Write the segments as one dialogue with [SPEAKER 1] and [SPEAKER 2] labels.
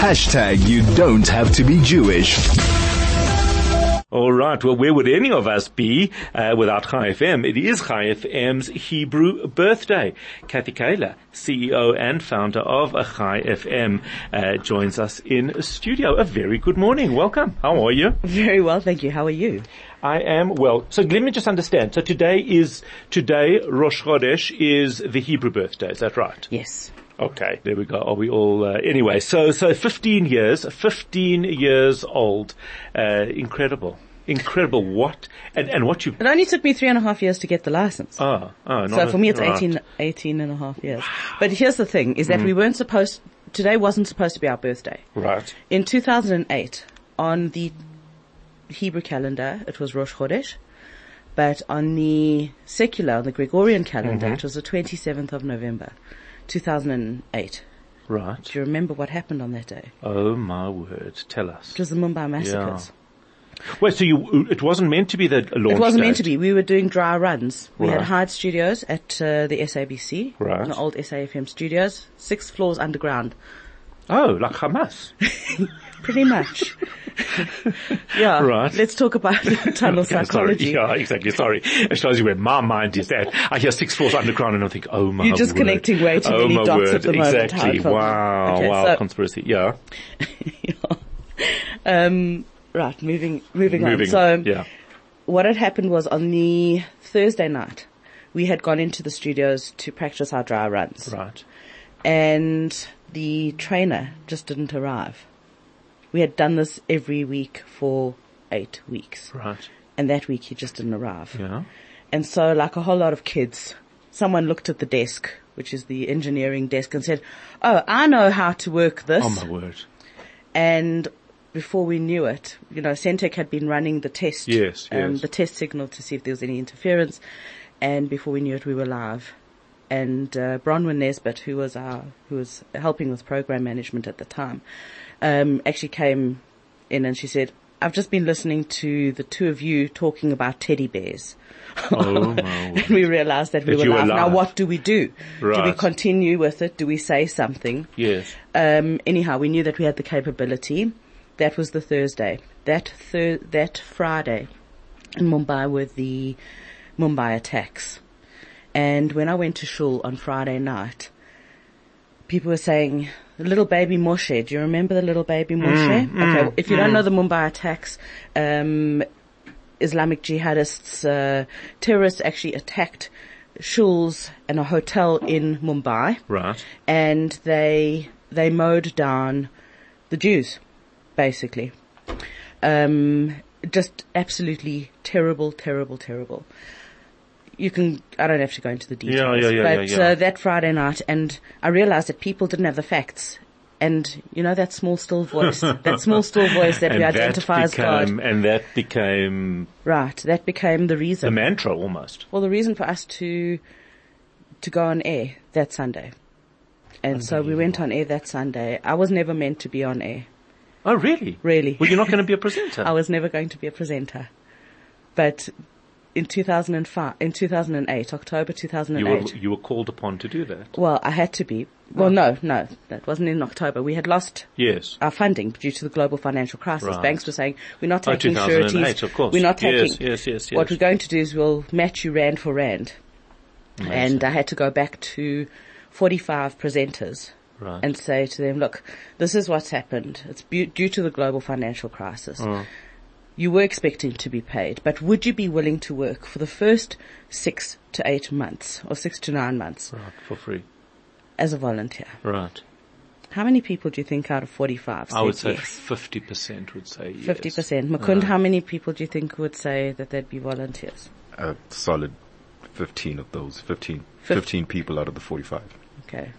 [SPEAKER 1] Hashtag you don't have to be Jewish.
[SPEAKER 2] All right. Well, where would any of us be uh, without Chai FM? It is Chai FM's Hebrew birthday. Kathy Kaler, CEO and founder of Chai FM, uh, joins us in studio. A very good morning. Welcome. How are you?
[SPEAKER 3] Very well, thank you. How are you?
[SPEAKER 2] I am well. So let me just understand. So today is today Rosh Chodesh is the Hebrew birthday. Is that right?
[SPEAKER 3] Yes.
[SPEAKER 2] Okay, there we go. Are we all uh, anyway? So so 15 years, 15 years old. Uh, incredible, incredible. What and and what you?
[SPEAKER 3] It only took me three and a half years to get the license.
[SPEAKER 2] Ah, ah. not
[SPEAKER 3] so
[SPEAKER 2] a-
[SPEAKER 3] for me, it's
[SPEAKER 2] right.
[SPEAKER 3] 18, 18 and a half years. But here's the thing, is that we weren't supposed, today wasn't supposed to be our birthday.
[SPEAKER 2] Right.
[SPEAKER 3] In 2008, on the Hebrew calendar, it was Rosh Chodesh. But on the secular, on the Gregorian calendar, it was the 27th of November, 2008.
[SPEAKER 2] Right.
[SPEAKER 3] Do you remember what happened on that day?
[SPEAKER 2] Oh my word! Tell us.
[SPEAKER 3] It was the Mumbai massacres.
[SPEAKER 2] Wait, so you? It wasn't meant to be the launch.
[SPEAKER 3] It wasn't
[SPEAKER 2] date.
[SPEAKER 3] meant to be. We were doing dry runs. We had
[SPEAKER 2] Right.
[SPEAKER 3] hired studios at uh, the SABC,
[SPEAKER 2] Right.
[SPEAKER 3] the old SAFM studios, six floors underground,
[SPEAKER 2] Oh, like Hamas.
[SPEAKER 3] pretty much. yeah.
[SPEAKER 2] Right.
[SPEAKER 3] Let's talk about tunnel
[SPEAKER 2] Yeah, sorry.
[SPEAKER 3] psychology.
[SPEAKER 2] Yeah, exactly. Sorry. It shows you where my mind is at. I hear six floors underground and I think, oh my
[SPEAKER 3] You're just
[SPEAKER 2] word.
[SPEAKER 3] connecting way too
[SPEAKER 2] oh
[SPEAKER 3] many
[SPEAKER 2] my
[SPEAKER 3] dots
[SPEAKER 2] word.
[SPEAKER 3] at the moment,
[SPEAKER 2] Exactly.
[SPEAKER 3] Howard Feldman.
[SPEAKER 2] Wow.
[SPEAKER 3] Okay,
[SPEAKER 2] wow.
[SPEAKER 3] so-
[SPEAKER 2] Conspiracy. Yeah.
[SPEAKER 3] Um, right. Moving. Moving,
[SPEAKER 2] Moving.
[SPEAKER 3] on. So
[SPEAKER 2] yeah.
[SPEAKER 3] what had happened was on the Thursday night, we had gone into the studios to practice our dry runs,
[SPEAKER 2] Right.
[SPEAKER 3] and the trainer just didn't arrive. We had done this every week for eight weeks.
[SPEAKER 2] Right.
[SPEAKER 3] and that week he just didn't arrive.
[SPEAKER 2] Yeah.
[SPEAKER 3] And so, like a whole lot of kids, someone looked at the desk, which is the engineering desk, and said, "Oh, I know how to work this."
[SPEAKER 2] Oh my word.
[SPEAKER 3] and before we knew it, you know, Centec had been running the test,
[SPEAKER 2] Yes,
[SPEAKER 3] um,
[SPEAKER 2] yes.
[SPEAKER 3] the test signal to see if there was any interference, and before we knew it, we were live. And uh, Bronwyn Nesbitt, who was our, who was helping with program management at the time, um, actually came in and she said, "I've just been listening to the two of you talking about teddy bears."
[SPEAKER 2] Oh my word.
[SPEAKER 3] And we realized that we
[SPEAKER 2] That
[SPEAKER 3] were
[SPEAKER 2] you were
[SPEAKER 3] live. Now
[SPEAKER 2] live.
[SPEAKER 3] what do we do? Do we
[SPEAKER 2] Right.
[SPEAKER 3] continue with it? Do we say something?
[SPEAKER 2] Yes.
[SPEAKER 3] Um, anyhow, we knew that we had the capability. That was the Thursday. That thir- that Friday in Mumbai were the Mumbai attacks. And when I went to shul on Friday night, people were saying, the little baby Moshe, do you remember the little baby Moshe? okay, well, if you don't know the Mumbai attacks, um, Islamic jihadists, uh, terrorists actually attacked shuls and a hotel in Mumbai
[SPEAKER 2] Right.
[SPEAKER 3] and they they mowed down the Jews, basically. Um, just absolutely terrible, terrible, terrible. You can I don't have to go into the details,
[SPEAKER 2] Yeah, yeah, yeah,
[SPEAKER 3] but
[SPEAKER 2] yeah, yeah.
[SPEAKER 3] Uh, that Friday night, and I realised that people didn't have the facts. And you know that small still voice, that small still voice that
[SPEAKER 2] and
[SPEAKER 3] we identify
[SPEAKER 2] that
[SPEAKER 3] as God,
[SPEAKER 2] became, and that became
[SPEAKER 3] right? That became the reason.
[SPEAKER 2] the mantra almost.
[SPEAKER 3] Well, the reason for us to to go on air that Sunday, and so we went on air that Sunday. I was never meant to be on air,
[SPEAKER 2] Oh really?
[SPEAKER 3] really.
[SPEAKER 2] Well, you're not going to be a presenter.
[SPEAKER 3] I was never going to be a presenter, but in 2005, in 2008, October
[SPEAKER 2] you
[SPEAKER 3] 2008.
[SPEAKER 2] were, you were called upon to do that.
[SPEAKER 3] well, I had to be. Well, no, no, that wasn't in October. We had lost
[SPEAKER 2] Yes.
[SPEAKER 3] our funding due to the global financial crisis.
[SPEAKER 2] Right.
[SPEAKER 3] Banks were saying, we're not
[SPEAKER 2] Oh,
[SPEAKER 3] taking
[SPEAKER 2] 2008,
[SPEAKER 3] sureties.
[SPEAKER 2] of course.
[SPEAKER 3] We're not taking.
[SPEAKER 2] Yes, yes, yes, yes.
[SPEAKER 3] What we're going to do is we'll match you rand for rand. And I had to go back to 45 presenters
[SPEAKER 2] Right.
[SPEAKER 3] and say to them, look, this is what's happened. It's bu- due to the global financial crisis.
[SPEAKER 2] Mm.
[SPEAKER 3] You were expecting to be paid, but would you be willing to work for the first six to eight months or six to nine months
[SPEAKER 2] Right. For free.
[SPEAKER 3] as a volunteer?
[SPEAKER 2] Right.
[SPEAKER 3] How many people do you think out of 45
[SPEAKER 2] I would
[SPEAKER 3] said
[SPEAKER 2] say
[SPEAKER 3] yes?
[SPEAKER 2] fifty percent would say yes.
[SPEAKER 3] Fifty percent. Makund, how many people do you think would say that they'd be volunteers?
[SPEAKER 4] a solid 15 of those 15,
[SPEAKER 3] Fif-
[SPEAKER 4] 15 people out of the 45
[SPEAKER 3] Okay.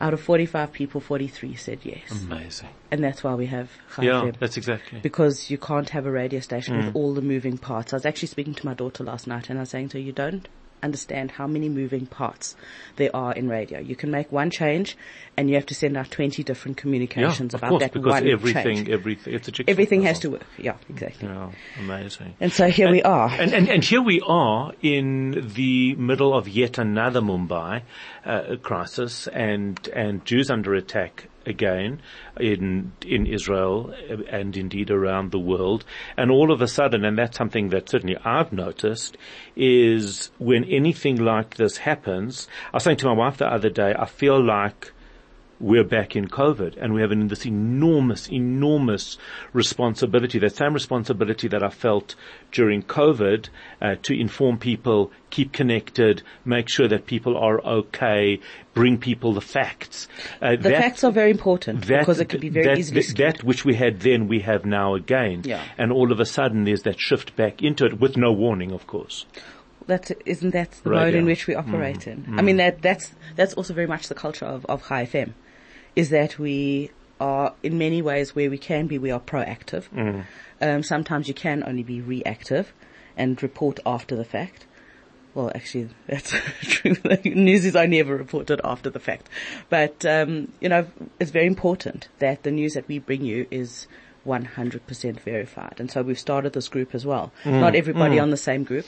[SPEAKER 3] Out of forty-five people, forty-three said yes,
[SPEAKER 2] Amazing.
[SPEAKER 3] and that's why we have
[SPEAKER 2] Mm-hmm.
[SPEAKER 3] Chai
[SPEAKER 2] Yeah,
[SPEAKER 3] FM,
[SPEAKER 2] that's Mm. exactly.
[SPEAKER 3] because you can't have a radio station with all the moving parts. I was actually speaking to my daughter last night, and I was saying to her, "You don't understand how many moving parts there are in radio. You can make one change and you have to send out 20 different
[SPEAKER 2] Yeah,
[SPEAKER 3] communications
[SPEAKER 2] of
[SPEAKER 3] about
[SPEAKER 2] course,
[SPEAKER 3] that
[SPEAKER 2] because
[SPEAKER 3] one
[SPEAKER 2] everything,
[SPEAKER 3] change.
[SPEAKER 2] everything, it's a jigsaw
[SPEAKER 3] Everything has
[SPEAKER 2] puzzle.
[SPEAKER 3] to work. Yeah, exactly.
[SPEAKER 2] Yeah, amazing.
[SPEAKER 3] And so here we are.
[SPEAKER 2] And, and, and here we are in the middle of yet another Mumbai uh, crisis and, and Jews under attack again in, in Israel uh, and indeed around the world. And all of a sudden, and that's something that certainly I've noticed is when anything like this happens, I was saying to my wife the other day, I feel like we're back in COVID and we have an, this enormous, enormous responsibility, that same responsibility that I felt during COVID uh, to inform people, keep connected, make sure that people are okay, bring people the facts. Uh,
[SPEAKER 3] the facts are very important
[SPEAKER 2] that-
[SPEAKER 3] because it could be very
[SPEAKER 2] that,
[SPEAKER 3] easily
[SPEAKER 2] that, that which we had then, we have now again.
[SPEAKER 3] Yeah.
[SPEAKER 2] And all of a sudden there's that shift back into it with no warning, of course.
[SPEAKER 3] that isn't that the
[SPEAKER 2] Right,
[SPEAKER 3] mode in
[SPEAKER 2] yeah. Mm.
[SPEAKER 3] which we operate in. I mean that that's that's also very much the culture of of High FM, is that we are in many ways where we can be we are proactive.
[SPEAKER 2] Mm.
[SPEAKER 3] Um, sometimes you can only be reactive, and report after the fact. Well, actually, that's true. news is only ever reported after the fact. But, um, you know, it's very important that the news that we bring you is 100% verified. And so we've started this group as well.
[SPEAKER 2] Mm.
[SPEAKER 3] Not everybody on the same group.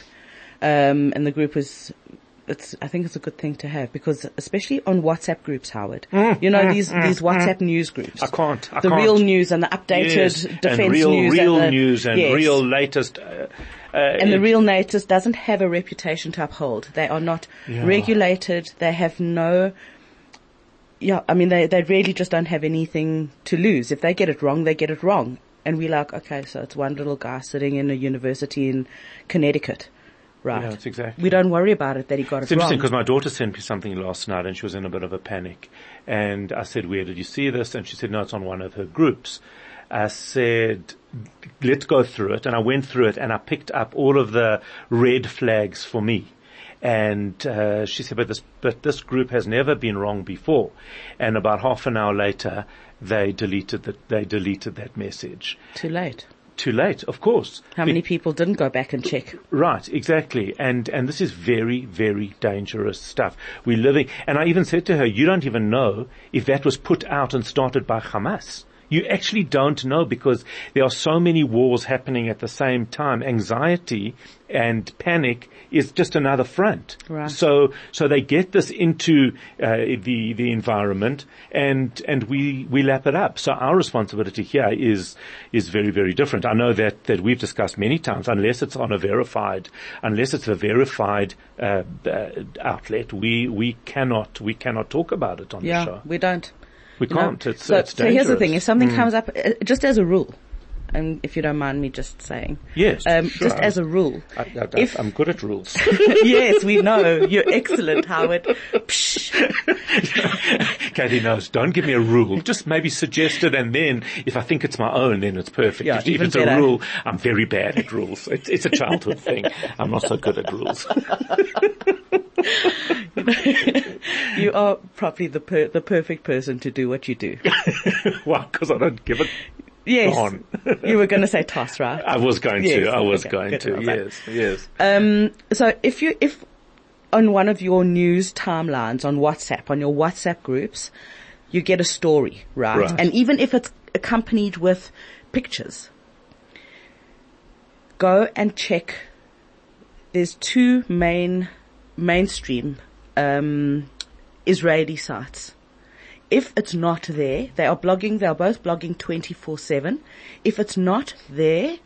[SPEAKER 3] Um, and the group is, it's, I think it's a good thing to have because especially on WhatsApp groups, Howard,
[SPEAKER 2] Mm.
[SPEAKER 3] you know, these, these WhatsApp news groups.
[SPEAKER 2] I can't, I
[SPEAKER 3] the
[SPEAKER 2] can't.
[SPEAKER 3] real news and the updated
[SPEAKER 2] Yes,
[SPEAKER 3] defense
[SPEAKER 2] and real,
[SPEAKER 3] news.
[SPEAKER 2] real
[SPEAKER 3] the-
[SPEAKER 2] news and
[SPEAKER 3] yes
[SPEAKER 2] real latest. Uh, uh,
[SPEAKER 3] and the real NATOs doesn't have a reputation to uphold. They are not regulated. They have no. Yeah, I mean, they they really just don't have anything to lose. If they get it wrong, they get it wrong. And we're like, okay, so it's one little guy sitting in a university in Connecticut, right?
[SPEAKER 2] Yeah, it's exactly-
[SPEAKER 3] We don't worry about it that he got
[SPEAKER 2] It's
[SPEAKER 3] it
[SPEAKER 2] interesting
[SPEAKER 3] wrong.
[SPEAKER 2] because my daughter sent me something last night and she was in a bit of a panic. And I said, where did you see this? And she said, no, it's on one of her groups. I said, let's go through it. And I went through it and I picked up all of the red flags for me. And uh, she said, but this, but this group has never been wrong before. And about half an hour later, they deleted that, they deleted that message.
[SPEAKER 3] Too late.
[SPEAKER 2] Too late, of course.
[SPEAKER 3] How many people didn't go back and check?
[SPEAKER 2] Right, exactly. And, and this is very, very dangerous stuff. We're living, and I even said to her, you don't even know if that was put out and started by Hamas. You actually don't know because there are so many wars happening at the same time. Anxiety and panic is just another front.
[SPEAKER 3] Right.
[SPEAKER 2] So, so they get this into uh, the the environment, and and we we lap it up. So our responsibility here is is very very different. I know that that we've discussed many times. Unless it's on a verified, unless it's a verified uh, uh, outlet, we we cannot we cannot talk about it on the
[SPEAKER 3] Yeah,
[SPEAKER 2] show.
[SPEAKER 3] we don't.
[SPEAKER 2] We
[SPEAKER 3] you know?
[SPEAKER 2] can't. It's
[SPEAKER 3] so,
[SPEAKER 2] it's
[SPEAKER 3] so here's the
[SPEAKER 2] dangerous. Mm.
[SPEAKER 3] thing: if something comes up, uh, just as a rule, and if you don't mind me just saying,
[SPEAKER 2] Yes,
[SPEAKER 3] um,
[SPEAKER 2] sure.
[SPEAKER 3] just as a rule,
[SPEAKER 2] I, I,
[SPEAKER 3] if-
[SPEAKER 2] I'm good at rules.
[SPEAKER 3] yes, we know you're excellent, Howard. Psh.
[SPEAKER 2] Kathy knows. Don't give me a rule. Just maybe suggest it, and then if I think it's my own, then it's perfect.
[SPEAKER 3] Yeah,
[SPEAKER 2] if if
[SPEAKER 3] even
[SPEAKER 2] it's a
[SPEAKER 3] better.
[SPEAKER 2] rule, I'm very bad at rules. It's, it's a childhood thing. I'm not so good at rules.
[SPEAKER 3] You are probably the per- the perfect person to do what you do.
[SPEAKER 2] Why? Because I don't give it.
[SPEAKER 3] Yes,
[SPEAKER 2] on.
[SPEAKER 3] you were going to say toss, right?
[SPEAKER 2] I was going
[SPEAKER 3] Yes,
[SPEAKER 2] to. I was
[SPEAKER 3] okay,
[SPEAKER 2] going
[SPEAKER 3] good,
[SPEAKER 2] to.
[SPEAKER 3] well done.
[SPEAKER 2] Yes, yes.
[SPEAKER 3] Um, so if you if on one of your news timelines on WhatsApp on your WhatsApp groups, you get a story, right?
[SPEAKER 2] Right.
[SPEAKER 3] And even if it's accompanied with pictures, go and check. There's two main mainstream um, Israeli sites. If it's not there, they are blogging. They are both blogging 24/7. If it's not there,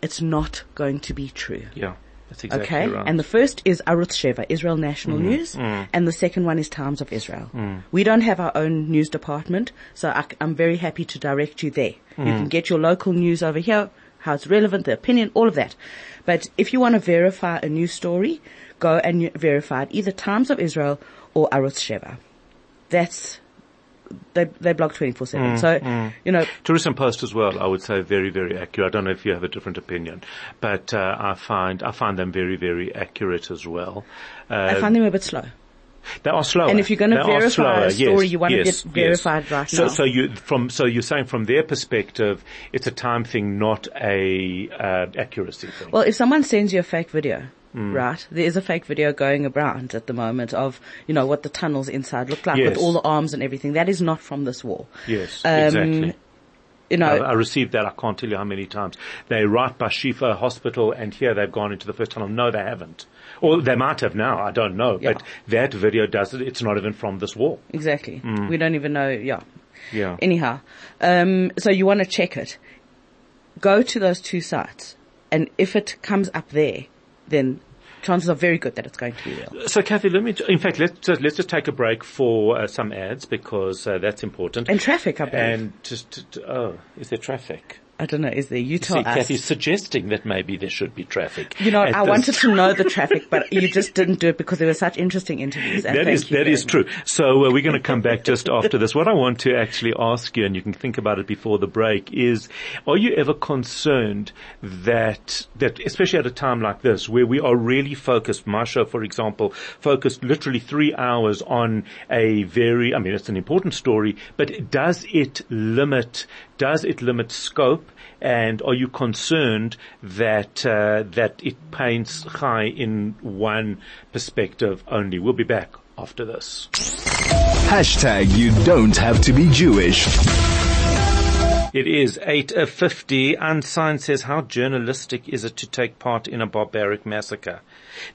[SPEAKER 3] it's not going to be true.
[SPEAKER 2] yeah, that's exactly
[SPEAKER 3] Okay,
[SPEAKER 2] right. Mm.
[SPEAKER 3] and the first is Arutz Sheva, Israel National News, and the second one is Times of Israel. We don't have our own news department, so I, am very happy to direct you there.
[SPEAKER 2] Mm.
[SPEAKER 3] You can get your local news over here, how it's relevant, the opinion, all of that. But if you want to verify a news story, go and you- verify it either Times of Israel or Arutz Sheva. That's they they blog 24
[SPEAKER 2] Mm.
[SPEAKER 3] seven. So you know
[SPEAKER 2] Tourism Post as well, I would say very, very accurate. I don't know if you have a different opinion, but uh, I find I find them very, very accurate as well.
[SPEAKER 3] I
[SPEAKER 2] Uh,
[SPEAKER 3] find them a bit slow.
[SPEAKER 2] They are slower.
[SPEAKER 3] And if you're gonna
[SPEAKER 2] They are
[SPEAKER 3] verify
[SPEAKER 2] slower,
[SPEAKER 3] a story, you wanna
[SPEAKER 2] yes,
[SPEAKER 3] get verified right
[SPEAKER 2] so,
[SPEAKER 3] now.
[SPEAKER 2] So you from so you're saying from their perspective, it's a time thing, not a uh, accuracy thing.
[SPEAKER 3] Well, if someone sends you a fake video,
[SPEAKER 2] Hmm.
[SPEAKER 3] right? There is a fake video going around at the moment of, you know, what the tunnels inside look like
[SPEAKER 2] Yes.
[SPEAKER 3] with all the arms and everything. That is not from this war.
[SPEAKER 2] Yes,
[SPEAKER 3] Um,
[SPEAKER 2] exactly. uh,
[SPEAKER 3] You know,
[SPEAKER 2] I, I received that. I can't tell you how many times. They're right by Shifa Hospital, and here they've gone into the first tunnel. No, they haven't. Or they might have now. I don't know.
[SPEAKER 3] Yeah.
[SPEAKER 2] But that video does it. It's not even from this wall.
[SPEAKER 3] exactly.
[SPEAKER 2] Hmm.
[SPEAKER 3] We don't even know, yeah.
[SPEAKER 2] Yeah.
[SPEAKER 3] Anyhow, um, so you want to check it. Go to those two sites, and if it comes up there, then chances are very good that it's going to be real.
[SPEAKER 2] so, Kathy, let me. In fact, let's just, let's just take a break for uh, some ads because uh, that's important.
[SPEAKER 3] And traffic, I believe.
[SPEAKER 2] And just oh, is there traffic?
[SPEAKER 3] I don't know, is there? You tell
[SPEAKER 2] See,
[SPEAKER 3] us.
[SPEAKER 2] Kathy's suggesting that maybe there should be traffic.
[SPEAKER 3] You know,
[SPEAKER 2] at
[SPEAKER 3] I
[SPEAKER 2] this
[SPEAKER 3] wanted to know the traffic, but you just didn't do it because there were such interesting interviews. And
[SPEAKER 2] That
[SPEAKER 3] thank
[SPEAKER 2] is
[SPEAKER 3] you
[SPEAKER 2] that
[SPEAKER 3] very
[SPEAKER 2] is
[SPEAKER 3] much.
[SPEAKER 2] true. So uh, we're going to come back just after this. What I want to actually ask you, and you can think about it before the break, is: Are you ever concerned that that, especially at a time like this, where we are really focused? My show, for example, focused literally three hours on a very, I mean, it's an important story, but does it limit? Does it limit scope? And are you concerned that uh, that it paints high in one perspective only? We'll be back after this.
[SPEAKER 1] Hashtag you don't have to be Jewish.
[SPEAKER 2] It is 8.50. Unsigned says, how journalistic is it to take part in a barbaric massacre?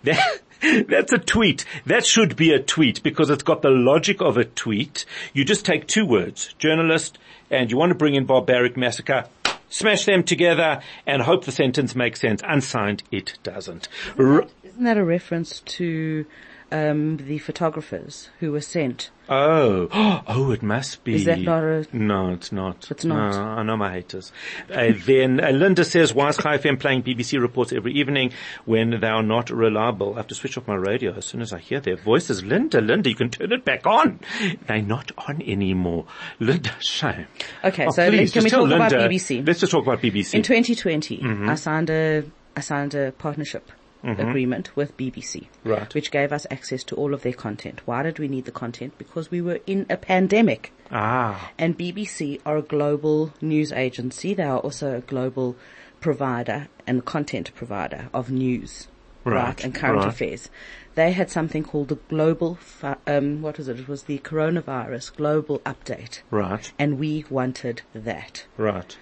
[SPEAKER 2] That- that's a tweet. That should be a tweet because it's got the logic of a tweet. You just take two words, journalist, and you want to bring in barbaric massacre. Smash them together and hope the sentence makes sense. Unsigned, it doesn't. R-
[SPEAKER 3] Isn't that a reference to um, the photographers who were sent?
[SPEAKER 2] Oh, oh, it must be.
[SPEAKER 3] Is that not a-
[SPEAKER 2] No, it's not.
[SPEAKER 3] It's not.
[SPEAKER 2] No, I know my haters. Uh, then uh, Linda says, why is High FM playing BBC reports every evening when they are not reliable? I have to switch off my radio as soon as I hear their voices. Linda, Linda, you can turn it back on. They're not on anymore. Linda, shame.
[SPEAKER 3] Okay,
[SPEAKER 2] Oh,
[SPEAKER 3] so let-
[SPEAKER 2] please, just
[SPEAKER 3] can we
[SPEAKER 2] tell
[SPEAKER 3] talk about
[SPEAKER 2] Linda-
[SPEAKER 3] BBC?
[SPEAKER 2] Let's just talk about BBC.
[SPEAKER 3] In 2020,
[SPEAKER 2] Mm-hmm.
[SPEAKER 3] I signed a I signed a partnership agreement with BBC,
[SPEAKER 2] Right.
[SPEAKER 3] which gave us access to all of their content. Why did we need the content? Because we were in a pandemic.
[SPEAKER 2] ah,
[SPEAKER 3] And BBC are a global news agency. They are also a global provider and content provider of news,
[SPEAKER 2] Right,
[SPEAKER 3] and current
[SPEAKER 2] right.
[SPEAKER 3] affairs. They had something called the global, fi- um, what was it? It was the coronavirus global update.
[SPEAKER 2] right,
[SPEAKER 3] And we wanted that
[SPEAKER 2] right.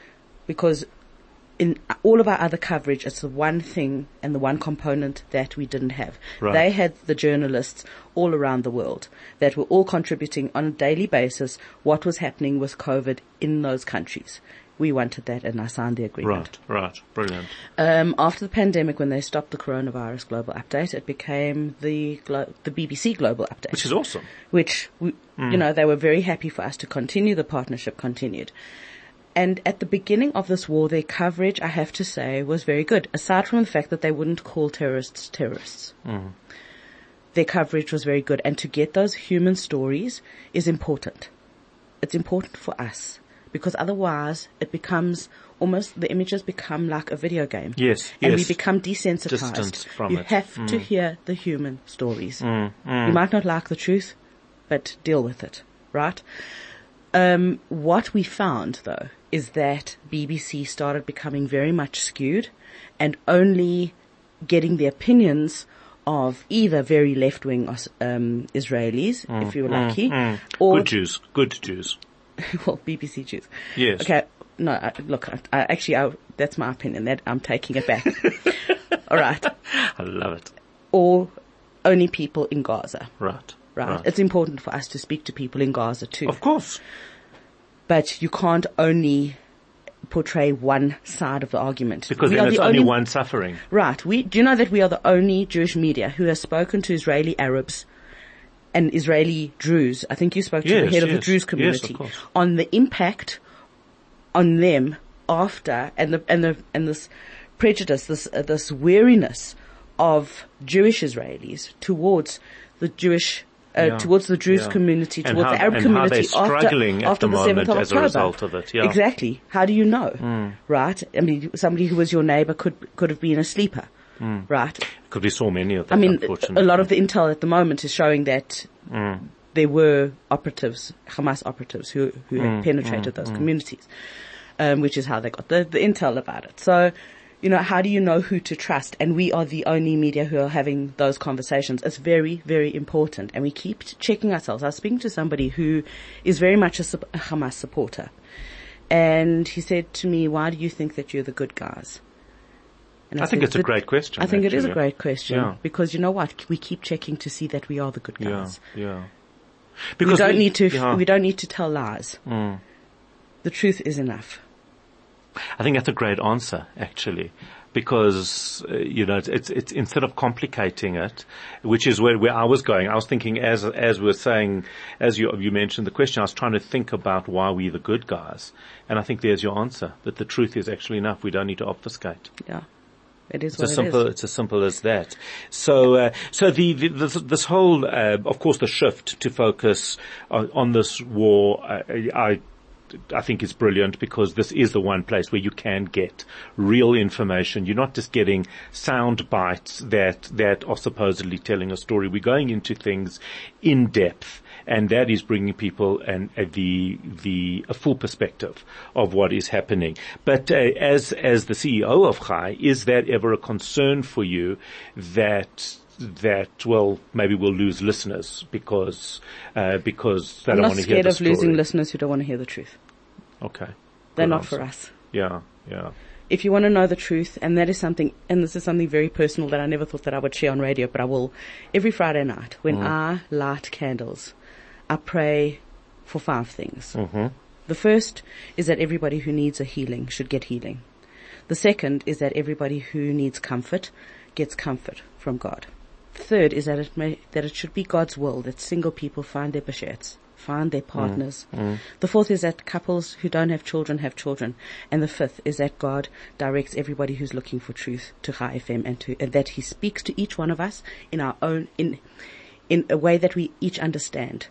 [SPEAKER 3] because in all of our other coverage, it's the one thing and the one component that we didn't have.
[SPEAKER 2] Right.
[SPEAKER 3] They had the journalists all around the world that were all contributing on a daily basis what was happening with COVID in those countries. We wanted that and I signed the agreement.
[SPEAKER 2] Right, right, brilliant.
[SPEAKER 3] Um, after the pandemic, when they stopped the coronavirus global update, it became the glo- the BBC global update,
[SPEAKER 2] Which is awesome.
[SPEAKER 3] which we,
[SPEAKER 2] Mm.
[SPEAKER 3] you know they were very happy for us to continue. The partnership continued, and at the beginning of this war, their coverage, I have to say, was very good. Aside from the fact that they wouldn't call terrorists terrorists,
[SPEAKER 2] Mm.
[SPEAKER 3] their coverage was very good. And to get those human stories is important. It's important for us because otherwise, it becomes almost the images become like a video game.
[SPEAKER 2] Yes,
[SPEAKER 3] and we
[SPEAKER 2] yes.
[SPEAKER 3] become desensitized.
[SPEAKER 2] Distance from
[SPEAKER 3] you
[SPEAKER 2] it. Mm.
[SPEAKER 3] have to hear the human stories. You might not like the truth, but deal with it, right? Um, what we found though is that BBC started becoming very much skewed and only getting the opinions of either very left-wing Aus- um, Israelis, if you were lucky, or
[SPEAKER 2] Mm, Good Jews, good Jews.
[SPEAKER 3] well, BBC Jews.
[SPEAKER 2] Yes.
[SPEAKER 3] Okay. No, I, look, I, I actually, I, that's my opinion. That I'm taking it back. All right.
[SPEAKER 2] I love it.
[SPEAKER 3] Or only people in Gaza.
[SPEAKER 2] Right,
[SPEAKER 3] Right. It's important for us to speak to people in Gaza too.
[SPEAKER 2] Of course.
[SPEAKER 3] But you can't only portray one side of the argument.
[SPEAKER 2] Because
[SPEAKER 3] We
[SPEAKER 2] then
[SPEAKER 3] are
[SPEAKER 2] it's
[SPEAKER 3] the
[SPEAKER 2] only one suffering.
[SPEAKER 3] Right. We do you know that we are the only Jewish media who has spoken to Israeli Arabs and Israeli Druze. I think you spoke to the
[SPEAKER 2] Yes,
[SPEAKER 3] head of
[SPEAKER 2] yes,
[SPEAKER 3] the
[SPEAKER 2] yes,
[SPEAKER 3] Druze
[SPEAKER 2] of
[SPEAKER 3] community
[SPEAKER 2] course.
[SPEAKER 3] on the impact on them after and the and the and this prejudice, this uh, this weariness of Jewish Israelis towards the Jewish. Uh,
[SPEAKER 2] Yeah,
[SPEAKER 3] towards the Druze
[SPEAKER 2] yeah.
[SPEAKER 3] community,
[SPEAKER 2] And
[SPEAKER 3] towards
[SPEAKER 2] how-
[SPEAKER 3] the Arab
[SPEAKER 2] and how
[SPEAKER 3] community,
[SPEAKER 2] they're struggling
[SPEAKER 3] after,
[SPEAKER 2] at
[SPEAKER 3] after
[SPEAKER 2] the
[SPEAKER 3] the, 7th of
[SPEAKER 2] moment as a
[SPEAKER 3] October.
[SPEAKER 2] result of it, yeah. Mm.
[SPEAKER 3] Exactly. Exactly. How do you know? Right? I mean, somebody who was your neighbor could, could have been a sleeper.
[SPEAKER 2] Mm.
[SPEAKER 3] Right?
[SPEAKER 2] Because we saw many of
[SPEAKER 3] I
[SPEAKER 2] them,
[SPEAKER 3] mean,
[SPEAKER 2] unfortunately. Mm.
[SPEAKER 3] a lot of the intel at the moment is showing that there were operatives, Hamas operatives who,
[SPEAKER 2] Mm,
[SPEAKER 3] who had penetrated those communities. Um, which is how they got the, the intel about it. So, you know, how do you know who to trust? And we are the only media who are having those conversations. It's very, very important. And we keep checking ourselves. I was speaking to somebody who is very much a, sup- a Hamas supporter. And he said to me, why do you think that you're the good guys? And
[SPEAKER 2] I think
[SPEAKER 3] said,
[SPEAKER 2] it's a
[SPEAKER 3] "But-
[SPEAKER 2] great question.
[SPEAKER 3] I think it is a
[SPEAKER 2] actually.
[SPEAKER 3] great question
[SPEAKER 2] Yeah.
[SPEAKER 3] because you know what? We keep checking to see that we are the good
[SPEAKER 2] Yeah,
[SPEAKER 3] guys.
[SPEAKER 2] yeah.
[SPEAKER 3] We don't need to,
[SPEAKER 2] yeah. Mm.
[SPEAKER 3] we don't need to tell lies. The truth is enough.
[SPEAKER 2] I think that's a great answer, actually, because uh, you know it's, it's it's instead of complicating it, which is where where I was going. I was thinking as as we were saying, as you you mentioned the question, I was trying to think about why we the good guys, and I think there's your answer that the truth is actually enough. We don't need to obfuscate.
[SPEAKER 3] Yeah. It is
[SPEAKER 2] It's
[SPEAKER 3] what
[SPEAKER 2] as
[SPEAKER 3] it
[SPEAKER 2] simple.
[SPEAKER 3] is.
[SPEAKER 2] It's as simple as that. So, uh, so the, the this, this whole, uh, of course, the shift to focus on, on this war, uh, I. I think is brilliant because this is the one place where you can get real information. You're not just getting sound bites that, that are supposedly telling a story. We're going into things in depth and that is bringing people and uh, the the a full perspective of what is happening. But uh, as as the CEO of Chai, is that ever a concern for you that that well maybe we'll lose listeners because uh, because they
[SPEAKER 3] I'm
[SPEAKER 2] don't
[SPEAKER 3] not
[SPEAKER 2] want to hear
[SPEAKER 3] scared
[SPEAKER 2] the
[SPEAKER 3] of
[SPEAKER 2] story?
[SPEAKER 3] losing listeners who don't want to hear the truth.
[SPEAKER 2] Okay,
[SPEAKER 3] They're
[SPEAKER 2] Good
[SPEAKER 3] not
[SPEAKER 2] answer.
[SPEAKER 3] for us.
[SPEAKER 2] Yeah, yeah.
[SPEAKER 3] If you want to know the truth, and that is something, and this is something very personal that I never thought that I would share on radio, but I will. Every Friday night, when
[SPEAKER 2] Mm-hmm.
[SPEAKER 3] I light candles, I pray for five things.
[SPEAKER 2] Mm-hmm.
[SPEAKER 3] The first is that everybody who needs a healing should get healing. The second is that everybody who needs comfort gets comfort from God. Third is that it may, that it should be God's will that single people find their beshets, find their partners. The fourth is that couples who don't have children have children, and the fifth is that God directs everybody who's looking for truth to Chai FM and to and that He speaks to each one of us in our own in in a way that we each understand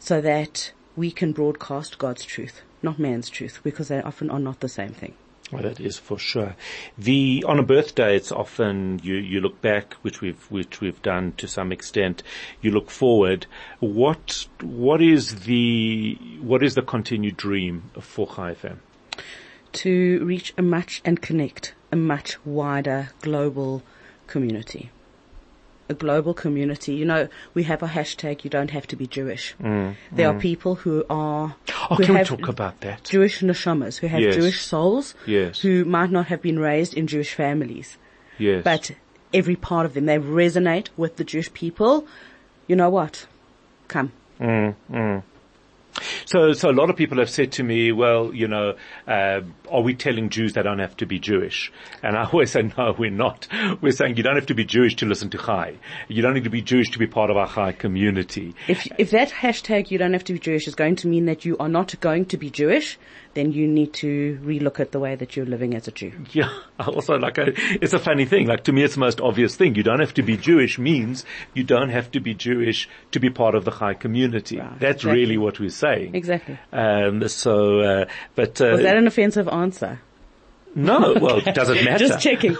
[SPEAKER 3] so that we can broadcast God's truth, not man's truth, because they often are not the same thing.
[SPEAKER 2] Well, that is for sure. The on a birthday, it's often you, you look back, which we've which we've done to some extent. You look forward. What what is the what is the continued dream for Chai FM?
[SPEAKER 3] To reach a much and connect a much wider global community. A global community. You know, we have a hashtag, you don't have to be Jewish. there are people who are,
[SPEAKER 2] Mm, Oh,
[SPEAKER 3] who
[SPEAKER 2] can we
[SPEAKER 3] have
[SPEAKER 2] talk about that?
[SPEAKER 3] Jewish neshamas, who have
[SPEAKER 2] Yes.
[SPEAKER 3] Jewish souls,
[SPEAKER 2] Yes.
[SPEAKER 3] who might not have been raised in Jewish families.
[SPEAKER 2] Yes,
[SPEAKER 3] but every part of them, they resonate with the Jewish people. You know what? Come.
[SPEAKER 2] So, so a lot of people have said to me, well, you know, uh, are we telling Jews they don't have to be Jewish? And I always say, no, we're not. We're saying you don't have to be Jewish to listen to Chai. You don't need to be Jewish to be part of our Chai community.
[SPEAKER 3] If, if that hashtag you don't have to be Jewish is going to mean that you are not going to be Jewish, then you need to relook at the way that you're living as a Jew.
[SPEAKER 2] Yeah. Also, like, I, it's a funny thing. Like, to me, it's the most obvious thing. You don't have to be Jewish means you don't have to be Jewish to be part of the Chai community.
[SPEAKER 3] Right,
[SPEAKER 2] That's
[SPEAKER 3] exactly.
[SPEAKER 2] really what we're saying.
[SPEAKER 3] Exactly.
[SPEAKER 2] Um, so, uh, but, uh,
[SPEAKER 3] Was that an offensive answer?
[SPEAKER 2] no, well, it doesn't matter.
[SPEAKER 3] Just checking.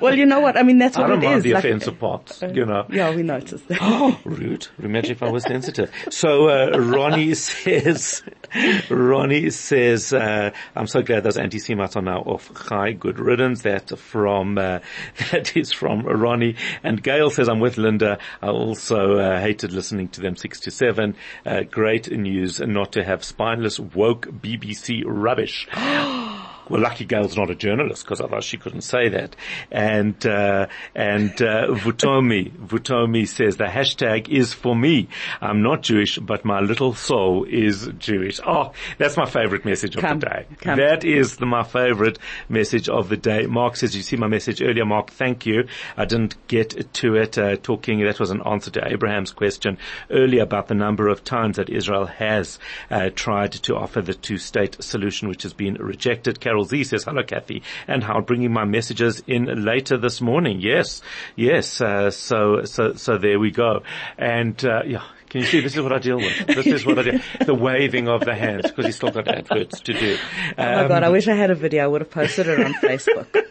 [SPEAKER 3] well, you know what? I mean, that's
[SPEAKER 2] I
[SPEAKER 3] what
[SPEAKER 2] don't
[SPEAKER 3] it
[SPEAKER 2] mind
[SPEAKER 3] is,
[SPEAKER 2] the
[SPEAKER 3] like-
[SPEAKER 2] offensive part, you know.
[SPEAKER 3] Yeah, we noticed that. Oh
[SPEAKER 2] Rude. Imagine if I was sensitive. So uh, Ronnie says, Ronnie says, uh, I'm so glad those anti-Semites are now off high. Good riddance. That from uh, that is from Ronnie. And Gail says, I'm with Linda. I also uh, hated listening to them six to seven. Uh, great news not to have spineless woke BBC rubbish. Well, lucky Gail's not a journalist because otherwise she couldn't say that. And uh, and uh, Vutomi Vutomi says the hashtag is for me. I'm not Jewish, but my little soul is Jewish. Oh, that's my favorite message of
[SPEAKER 3] Come,
[SPEAKER 2] the day.
[SPEAKER 3] come.
[SPEAKER 2] That is the, my favorite message of the day. Mark says, "You see my message earlier, Mark. Thank you. I didn't get to it. Uh, talking that was an answer to Abraham's question earlier about the number of times that Israel has uh, tried to offer the two-state solution, which has been rejected." Carol Z says, "Hello, Kathy, and how bringing my messages in later this morning. Yes, yes. Uh, so, so, so there we go. And uh, yeah." Can you see? This is what I deal with. This is what I do. The waving of the hands because he's still got adverts to do.
[SPEAKER 3] oh my
[SPEAKER 2] Um,
[SPEAKER 3] God, I wish I had a video. I would have posted it on Facebook.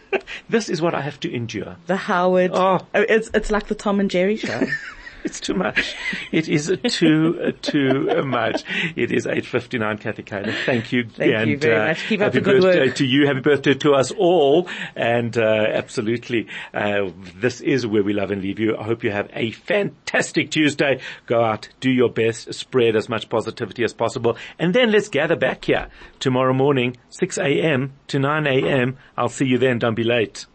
[SPEAKER 2] this is what I have to endure.
[SPEAKER 3] The Howard.
[SPEAKER 2] Oh.
[SPEAKER 3] It's, it's like the Tom and Jerry show.
[SPEAKER 2] It's too much. It is too, too much. It is 8.59, Kathy Kayla. Thank you.
[SPEAKER 3] Thank you
[SPEAKER 2] and, uh,
[SPEAKER 3] very much. Keep up
[SPEAKER 2] happy
[SPEAKER 3] the good
[SPEAKER 2] birthday
[SPEAKER 3] work.
[SPEAKER 2] to you. Happy birthday to us all. And, uh, absolutely. Uh, this is where we love and leave you. I hope you have a fantastic Tuesday. Go out, do your best, spread as much positivity as possible. And then let's gather back here tomorrow morning, 6 a.m. to 9 a.m. I'll see you then. Don't be late.